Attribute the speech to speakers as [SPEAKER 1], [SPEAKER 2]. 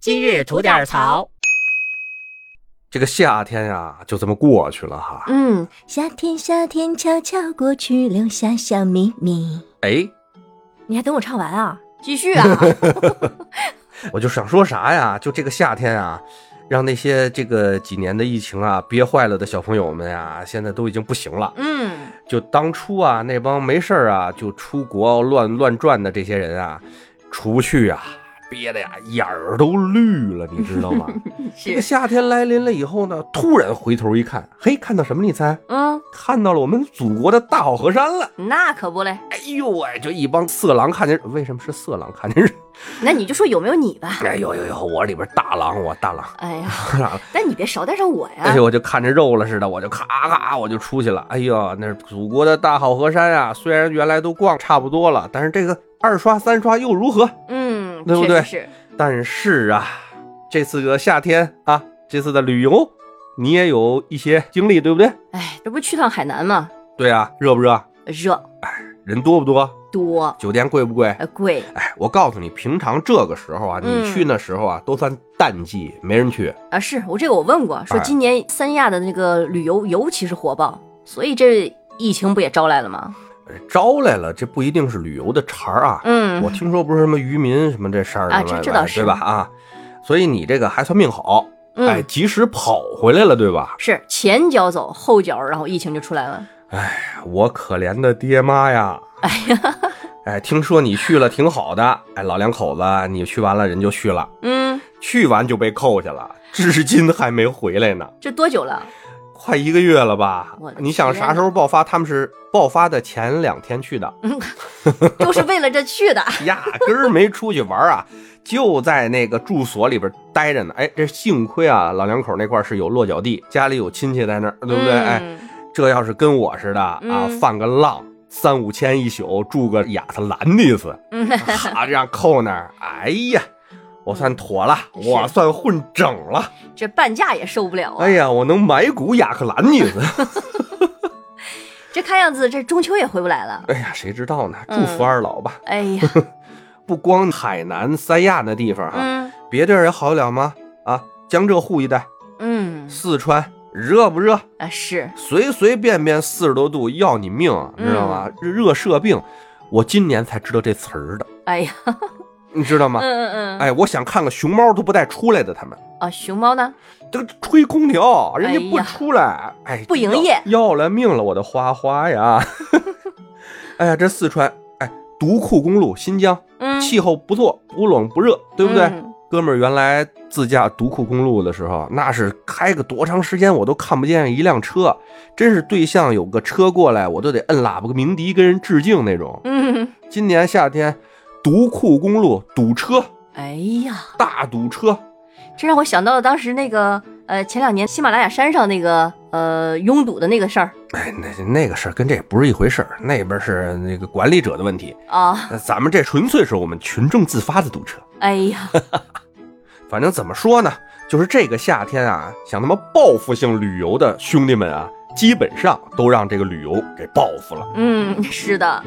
[SPEAKER 1] 今日吐点槽。
[SPEAKER 2] 这个夏天呀、就这么过去了哈。
[SPEAKER 3] 嗯，夏天夏天悄悄过去，留下小秘密。
[SPEAKER 2] 哎，
[SPEAKER 3] 你还等我唱完啊？
[SPEAKER 1] 继 续啊，
[SPEAKER 2] 我就想说啥呀？就这个夏天啊，让那些这个几年的疫情啊憋坏了的小朋友们呀、现在都已经不行了。
[SPEAKER 1] 嗯，
[SPEAKER 2] 就当初啊，那帮没事儿啊就出国乱乱转的这些人啊，出不去啊，憋的呀眼儿都绿了，你知道吗？这个
[SPEAKER 1] 是，
[SPEAKER 2] 夏天来临了以后呢，突然回头一看，嘿，看到什么？你猜？
[SPEAKER 1] 嗯，
[SPEAKER 2] 看到了我们祖国的大好河山了。
[SPEAKER 1] 那可不嘞，
[SPEAKER 2] 哎呦喂，就一帮色狼看见，为什么是色狼看见人？
[SPEAKER 1] 那你就说有没有你吧。
[SPEAKER 2] 哎呦呦呦，我里边大狼，我大狼，
[SPEAKER 1] 哎呀，
[SPEAKER 2] 大狼。
[SPEAKER 1] 但你别捎带上我呀
[SPEAKER 2] 哎。呦，我就看着肉了似的，我就咔咔我就出去了。哎呦，那祖国的大好河山啊，虽然原来都逛差不多了，但是这个二刷三刷又如何？
[SPEAKER 1] 嗯，
[SPEAKER 2] 对不对
[SPEAKER 1] 确实是，
[SPEAKER 2] 但是啊，这次的夏天啊，这次的旅游，你也有一些经历，对不对？
[SPEAKER 1] 哎，这不去趟海南吗？
[SPEAKER 2] 对啊，热不热？
[SPEAKER 1] 热
[SPEAKER 2] 人多不多？
[SPEAKER 1] 多，
[SPEAKER 2] 酒店贵不贵？
[SPEAKER 1] 呃，贵，
[SPEAKER 2] 哎，我告诉你，平常这个时候啊，
[SPEAKER 1] 嗯
[SPEAKER 2] 你去那时候啊，都算淡季，没人去。
[SPEAKER 1] 啊，是我这个我问过，说
[SPEAKER 2] 哎
[SPEAKER 1] 今年三亚的那个旅游尤其是火爆，所以这疫情不也招来了吗？
[SPEAKER 2] 呃招来了，这不一定是旅游的茬儿啊。
[SPEAKER 1] 嗯
[SPEAKER 2] 我听说不是什么渔民什么这事儿
[SPEAKER 1] 啊
[SPEAKER 2] 什么
[SPEAKER 1] 这这倒
[SPEAKER 2] 的
[SPEAKER 1] 是
[SPEAKER 2] 对吧？啊，所以你这个还算命好，哎，
[SPEAKER 1] 嗯，
[SPEAKER 2] 及时跑回来了，对吧？
[SPEAKER 1] 是前脚走后脚，然后疫情就出来了。
[SPEAKER 2] 哎我可怜的爹妈呀！哎呀，哎，听说你去了挺好的，哎，老两口子你去完了人就去了，
[SPEAKER 1] 嗯，
[SPEAKER 2] 去完就被扣下了，至今还没回来呢。
[SPEAKER 1] 这多久了？
[SPEAKER 2] 快一个月了吧
[SPEAKER 1] 我？的
[SPEAKER 2] 你想
[SPEAKER 1] 天
[SPEAKER 2] 啥时候爆发？他们是爆发的前两天去的，
[SPEAKER 1] 就是为了这去的。
[SPEAKER 2] 压根儿没出去玩啊，就在那个住所里边待着呢。哎，这幸亏啊，老两口那块儿是有落脚地，家里有亲戚在那儿，对不对？哎，
[SPEAKER 1] 嗯
[SPEAKER 2] 这要是跟我似的啊
[SPEAKER 1] 嗯，
[SPEAKER 2] 犯个浪。三五千一宿住个亚特兰蒂斯，
[SPEAKER 1] 嗯，
[SPEAKER 2] 哈，这样扣那儿，哎呀，我算妥了，
[SPEAKER 1] 嗯是
[SPEAKER 2] 我算混整了，
[SPEAKER 1] 这半价也受不了啊！
[SPEAKER 2] 哎，呀，我能买股亚特兰蒂斯，
[SPEAKER 1] 这看样子这中秋也回不来了。
[SPEAKER 2] 哎呀，谁知道呢？祝
[SPEAKER 1] 嗯
[SPEAKER 2] 福二老吧。
[SPEAKER 1] 哎 呀，
[SPEAKER 2] 不光海南、三亚那地方哈、
[SPEAKER 1] 嗯
[SPEAKER 2] 别地儿也好得了吗？啊，江浙沪一带，
[SPEAKER 1] 嗯
[SPEAKER 2] 四川热不热？
[SPEAKER 1] 啊是，
[SPEAKER 2] 随随便便四十多度要你命，
[SPEAKER 1] 嗯
[SPEAKER 2] 知道吗？热热射病，我今年才知道这词儿的，
[SPEAKER 1] 哎呀，
[SPEAKER 2] 你知道吗？
[SPEAKER 1] 嗯嗯嗯，
[SPEAKER 2] 哎，我想看看熊猫都不带出来的，他们
[SPEAKER 1] 啊熊猫呢？
[SPEAKER 2] 这个吹空调，人家
[SPEAKER 1] 哎呀
[SPEAKER 2] 不出来，哎，
[SPEAKER 1] 不营业
[SPEAKER 2] 要，要了命了，我的花花 呀！ 哎呀，这四川，哎，独库公路，新疆，
[SPEAKER 1] 嗯，
[SPEAKER 2] 气候不错，不冷不热，对不对？
[SPEAKER 1] 嗯
[SPEAKER 2] 哥们儿原来自驾独库公路的时候，那是开个多长时间我都看不见一辆车，真是对象有个车过来，我都得摁喇叭个鸣笛跟人致敬那种。
[SPEAKER 1] 嗯，
[SPEAKER 2] 今年夏天，独库公路堵车，
[SPEAKER 1] 哎呀，
[SPEAKER 2] 大堵车，
[SPEAKER 1] 这让我想到了当时那个呃前两年喜马拉雅山上那个呃拥堵的那个事儿
[SPEAKER 2] 哎，那那个事儿跟这不是一回事儿，那边是那个管理者的问题，
[SPEAKER 1] 啊，
[SPEAKER 2] 那咱们这纯粹是我们群众自发的堵车。
[SPEAKER 1] 哎呀，
[SPEAKER 2] 反正怎么说呢，就是这个夏天啊，想他妈报复性旅游的兄弟们啊，基本上都让这个旅游给报复了。
[SPEAKER 1] 嗯，是的，